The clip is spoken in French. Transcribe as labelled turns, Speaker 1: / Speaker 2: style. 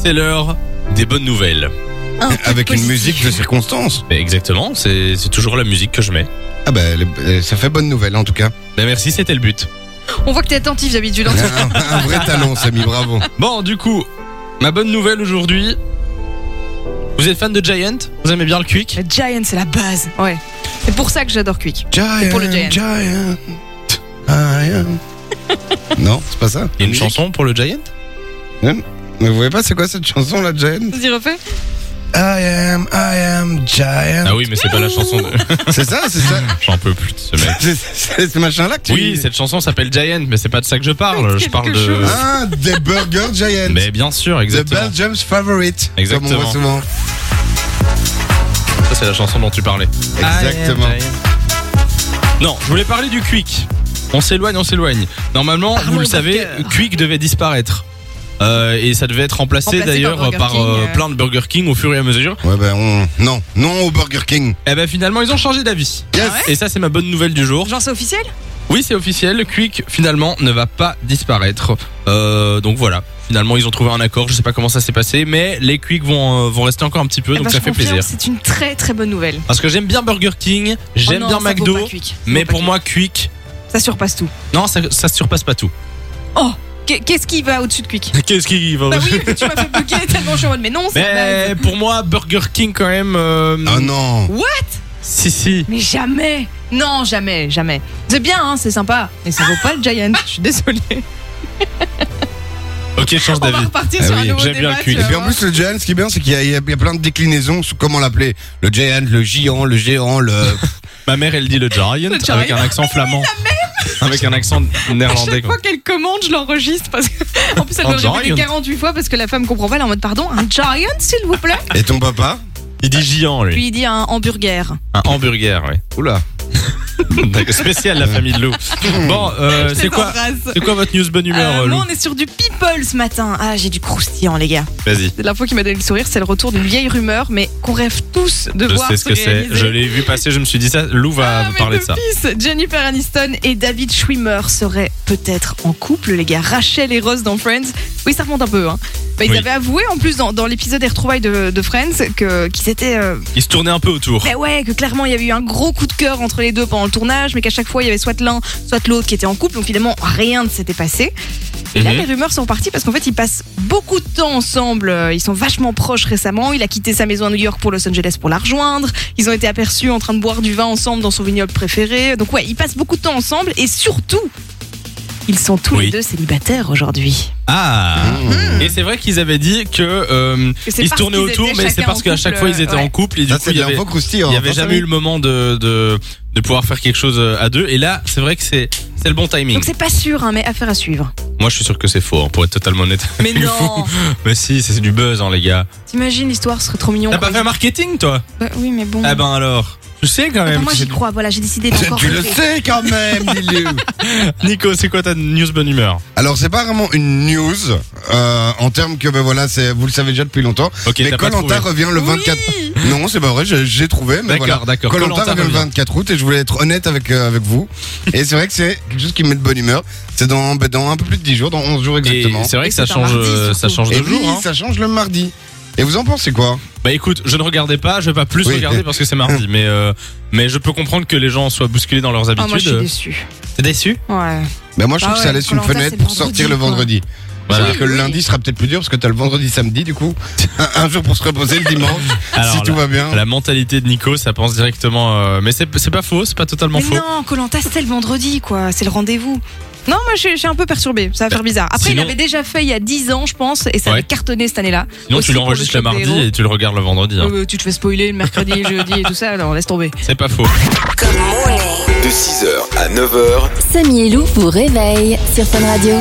Speaker 1: c'est l'heure des bonnes nouvelles.
Speaker 2: Avec une musique de circonstance.
Speaker 1: Mais exactement, c'est c'est toujours la musique que je mets.
Speaker 2: Ah bah, elle est- euh, ça fait bonne nouvelle en tout cas.
Speaker 1: Ben merci, c'était le but.
Speaker 3: On voit que t'es attentif d'habitude. hein.
Speaker 2: Un, un vrai talent, Samy, bravo.
Speaker 1: Bon, du coup, ma bonne nouvelle aujourd'hui. Vous êtes fan de Giant Vous aimez bien le Quick
Speaker 3: Le Giant, c'est la base. Ouais. C'est pour ça que j'adore Quick.
Speaker 2: Giant,
Speaker 3: pour le Giant.
Speaker 2: Giant, Giant. Non, c'est pas ça.
Speaker 1: Il y a une chanson pour le Giant
Speaker 2: Mais vous voyez pas c'est quoi cette chanson là, Giant
Speaker 3: Vas-y, refais.
Speaker 2: I am, I am Giant.
Speaker 1: Ah oui, mais c'est pas la chanson de.
Speaker 2: C'est ça, c'est ça.
Speaker 1: J'en peux plus de ce mec.
Speaker 2: C'est- C'est ce machin là que tu
Speaker 1: Oui, cette chanson s'appelle Giant, mais c'est pas de ça que je parle. Je
Speaker 3: Quelque
Speaker 1: parle de.
Speaker 3: chose.
Speaker 2: Ah, des burgers Giant.
Speaker 1: Mais bien sûr,
Speaker 2: The
Speaker 1: exactement.
Speaker 2: Belgium's favorite.
Speaker 1: Exactement.
Speaker 2: Comme on voit souvent.
Speaker 1: Ça, c'est la chanson dont tu parlais.
Speaker 2: Exactement.
Speaker 1: Ah, Non, je voulais parler du Quick. On s'éloigne, on s'éloigne. Normalement,
Speaker 3: Parlons
Speaker 1: vous le
Speaker 3: de
Speaker 1: savez,
Speaker 3: Ah, burger.
Speaker 1: Quick devait disparaître. Euh, et ça devait être remplacé,
Speaker 3: Remplacé
Speaker 1: d'ailleurs
Speaker 3: par
Speaker 1: par,
Speaker 3: Burger King,
Speaker 1: euh,
Speaker 3: euh.
Speaker 1: plein de Burger King au fur et à mesure.
Speaker 2: Ouais, ben on. Non, non au Burger King.
Speaker 1: Et ben finalement, ils ont changé d'avis.
Speaker 2: Yes.
Speaker 3: Ah ouais
Speaker 1: Et ça, c'est ma bonne nouvelle du jour.
Speaker 3: Genre, c'est officiel
Speaker 1: Oui, c'est officiel. Quick finalement ne va pas disparaître. Euh, donc voilà. Finalement, ils ont trouvé un accord. Je sais pas comment ça s'est passé, mais les Quick vont euh, vont rester encore un petit peu,
Speaker 3: Eh
Speaker 1: donc
Speaker 3: ben,
Speaker 1: ça
Speaker 3: je
Speaker 1: fait
Speaker 3: confirme,
Speaker 1: plaisir.
Speaker 3: C'est une très très bonne nouvelle.
Speaker 1: Parce que j'aime bien Burger King, j'aime
Speaker 3: Oh non,
Speaker 1: bien
Speaker 3: ça vaut
Speaker 1: McDo,
Speaker 3: pas Quick. Ça
Speaker 1: mais
Speaker 3: vaut pas
Speaker 1: pour
Speaker 3: Quick.
Speaker 1: moi, Quick,
Speaker 3: Ça surpasse tout.
Speaker 1: non, ça, ça surpasse pas tout.
Speaker 3: Oh Qu'est- Qu'est-ce qui va au-dessus de Quick
Speaker 1: Qu'est-ce qui va
Speaker 3: Bah oui, tu m'as fait bugger tellement je suis en mode, mais non, c'est la
Speaker 1: Oh. Mais
Speaker 3: base.
Speaker 1: pour moi, Burger King quand même. euh,
Speaker 2: Ah non.
Speaker 1: Si si.
Speaker 3: Mais jamais Non, jamais, jamais. C'est bien, hein, c'est sympa. Mais ça vaut pas le Giant, je suis désolée.
Speaker 1: Ok, change
Speaker 3: On va
Speaker 1: d'avis.
Speaker 3: repartir
Speaker 2: Ah
Speaker 3: sur
Speaker 2: oui,
Speaker 3: un nouveau
Speaker 1: j'aime bien
Speaker 3: débat,
Speaker 1: le Quick.
Speaker 3: tu
Speaker 2: Et
Speaker 3: vas
Speaker 2: puis en
Speaker 3: voir.
Speaker 2: plus, le Giant, ce qui est bien, c'est qu'il y, a- il y a il y a plein de déclinaisons. sur Comment l'appeler Le Giant, le Géant, le Géant, le.
Speaker 1: Ma mère, elle dit le Giant
Speaker 3: Le Giant.
Speaker 1: avec un accent flamand, avec un accent
Speaker 3: À
Speaker 1: néerlandais.
Speaker 3: chaque
Speaker 1: quoi.
Speaker 3: fois qu'elle commande, je l'enregistre parce que en plus elle
Speaker 1: Un
Speaker 3: doit le répéter
Speaker 1: giant.
Speaker 3: 48 fois parce que la femme comprend pas. Elle est en mode pardon, un giant s'il vous plaît.
Speaker 2: Et ton papa
Speaker 1: Il dit géant lui.
Speaker 3: Puis il dit un hamburger.
Speaker 1: Un hamburger, ouais.
Speaker 2: Oula.
Speaker 1: D'accord, Spécial la famille de loup. Bon, euh, c'est quoi, c'est quoi votre news bonne humeur, euh,
Speaker 3: Là
Speaker 1: loup
Speaker 3: on est sur du people ce matin. Ah j'ai du croustillant les gars.
Speaker 1: Vas-y.
Speaker 3: C'est L'info qui m'a donné le sourire, c'est le retour d'une vieille rumeur, mais qu'on rêve tous de
Speaker 1: Je
Speaker 3: voir.
Speaker 1: sais ce
Speaker 3: se
Speaker 1: que c'est.
Speaker 3: réaliser.
Speaker 1: Je l'ai vu passer. Je me suis dit ça. Lou va
Speaker 3: Ah, mes
Speaker 1: parler de ça.
Speaker 3: deux fils, Jennifer Aniston et David Schwimmer seraient peut-être en couple, les gars. Rachel et Ross dans Friends. Oui, ça remonte un peu. Hein. Bah, ils
Speaker 1: Oui.
Speaker 3: avaient avoué en plus dans, dans l'épisode des retrouvailles de, de Friends que- qu'ils étaient euh,
Speaker 1: Il se tournait un peu autour.
Speaker 3: Mais ouais, que clairement il y avait eu un gros coup de cœur entre les deux pendant le tournage, mais qu'à chaque fois il y avait soit l'un, soit l'autre qui était en couple, donc finalement rien ne s'était passé. Et là
Speaker 1: Mhm.
Speaker 3: les rumeurs sont parties parce qu'en fait ils passent beaucoup de temps ensemble, euh, ils sont vachement proches récemment, il a quitté sa maison à New York pour Los Angeles pour la rejoindre, ils ont été aperçus en train de boire du vin ensemble dans son vignoble préféré, donc ouais, ils passent beaucoup de temps ensemble et surtout, ils sont tous
Speaker 1: Oui.
Speaker 3: les deux célibataires aujourd'hui.
Speaker 1: Ah.
Speaker 2: Mmh.
Speaker 1: Et c'est vrai qu'ils avaient dit que euh,
Speaker 3: Que c'est
Speaker 1: ils se
Speaker 3: parce
Speaker 1: tournaient
Speaker 3: qu'ils
Speaker 1: autour,
Speaker 3: étaient
Speaker 1: mais c'est
Speaker 3: chacun
Speaker 1: parce
Speaker 3: en
Speaker 1: qu'à chaque
Speaker 3: couple,
Speaker 1: fois ils étaient
Speaker 3: euh, ouais.
Speaker 1: en couple et du
Speaker 2: Ça,
Speaker 1: coup
Speaker 2: c'est
Speaker 1: il
Speaker 2: de
Speaker 1: y avait,
Speaker 2: l'info croustillante.
Speaker 1: il y avait
Speaker 2: hein,
Speaker 1: jamais eu
Speaker 2: Samy
Speaker 1: le moment de, de de pouvoir faire quelque chose euh, à deux. Et là, c'est vrai que c'est c'est le bon timing.
Speaker 3: Donc c'est pas sûr, hein, mais affaire à suivre.
Speaker 1: Moi, je suis sûr que c'est faux, hein, pour être totalement honnête.
Speaker 3: Mais
Speaker 1: Il faut-
Speaker 3: non,
Speaker 1: Mais si, c'est du buzz, hein, les gars.
Speaker 3: t'imagines l'histoire serait trop mignon.
Speaker 1: T'as pas fait un marketing, toi
Speaker 3: Bah oui, mais bon.
Speaker 1: Ah ben alors. Je sais quand
Speaker 3: Attends,
Speaker 1: même.
Speaker 3: moi j'y crois, voilà, j'ai décidé d'encore.
Speaker 2: Tu le
Speaker 3: rêver.
Speaker 2: sais quand même, Lilou.
Speaker 1: Nico, c'est quoi ta news bonne humeur
Speaker 2: Alors c'est pas vraiment une news euh, en termes que ben voilà c'est vous le savez déjà depuis longtemps.
Speaker 1: Ok,
Speaker 2: mais
Speaker 1: t'as pas trouvé.
Speaker 2: Colanta revient le 24.
Speaker 3: Oui
Speaker 2: Non c'est pas vrai j'ai- j'ai trouvé mais
Speaker 1: D'accord,
Speaker 2: voilà.
Speaker 1: d'accord,
Speaker 2: Colanta
Speaker 1: Koh-Lanta
Speaker 2: revient le
Speaker 1: revient.
Speaker 2: 24 août et je voulais être honnête avec euh, avec vous. et c'est vrai que c'est quelque chose qui me met de bonne humeur. C'est dans ben, dans un peu plus de 10 jours, dans 11 jours exactement.
Speaker 1: Et c'est vrai
Speaker 3: Et
Speaker 1: que ça
Speaker 3: c'est un
Speaker 1: change,
Speaker 3: mardi,
Speaker 1: euh, ça
Speaker 3: surtout.
Speaker 1: change
Speaker 2: Et
Speaker 1: de
Speaker 2: oui,
Speaker 1: jour. hein.
Speaker 2: ça change le mardi. Et vous en pensez quoi
Speaker 1: Bah écoute, je ne regardais pas, je vais pas plus
Speaker 2: Oui.
Speaker 1: regarder parce que c'est mardi, mais euh, mais je peux comprendre que les gens soient bousculés dans leurs
Speaker 3: Ah, moi je suis
Speaker 1: habitudes.
Speaker 3: déçue.
Speaker 1: T'es déçu
Speaker 3: Ouais.
Speaker 2: Ben moi je
Speaker 3: Ah
Speaker 2: trouve que ça
Speaker 3: ouais,
Speaker 2: laisse une
Speaker 3: Koh-Lanta,
Speaker 2: fenêtre
Speaker 3: c'est le
Speaker 2: pour sortir le
Speaker 3: vendredi,
Speaker 2: vendredi.
Speaker 1: Voilà.
Speaker 2: C'est-à-dire que le
Speaker 3: Oui, oui.
Speaker 2: lundi sera peut-être plus dur parce que t'as le vendredi samedi du coup. un, un jour pour se reposer le dimanche
Speaker 1: Alors,
Speaker 2: Ah, si tout
Speaker 1: la-
Speaker 2: va bien.
Speaker 1: La mentalité de Nico, ça pense directement. euh, mais c'est c'est pas faux, c'est pas totalement
Speaker 3: Mais
Speaker 1: faux.
Speaker 3: non, Colanta c'est le vendredi quoi, c'est le rendez-vous. Non, moi je suis- je suis un peu perturbée, ça va faire bizarre. Après,
Speaker 1: Sinon-
Speaker 3: il avait déjà fait il y a 10 ans, je pense, et ça
Speaker 1: Ouais.
Speaker 3: avait cartonné cette année-là.
Speaker 1: Sinon,
Speaker 3: Aussi
Speaker 1: tu l'enregistres le
Speaker 3: pour le
Speaker 1: mardi
Speaker 3: choc des héros.
Speaker 1: et tu le regardes le vendredi. hein.
Speaker 3: Euh, tu te fais spoiler le mercredi, jeudi et tout ça, alors laisse tomber.
Speaker 1: C'est pas faux.
Speaker 4: De 6h à 9h,
Speaker 5: Samy et Lou vous réveille sur Fun Radio.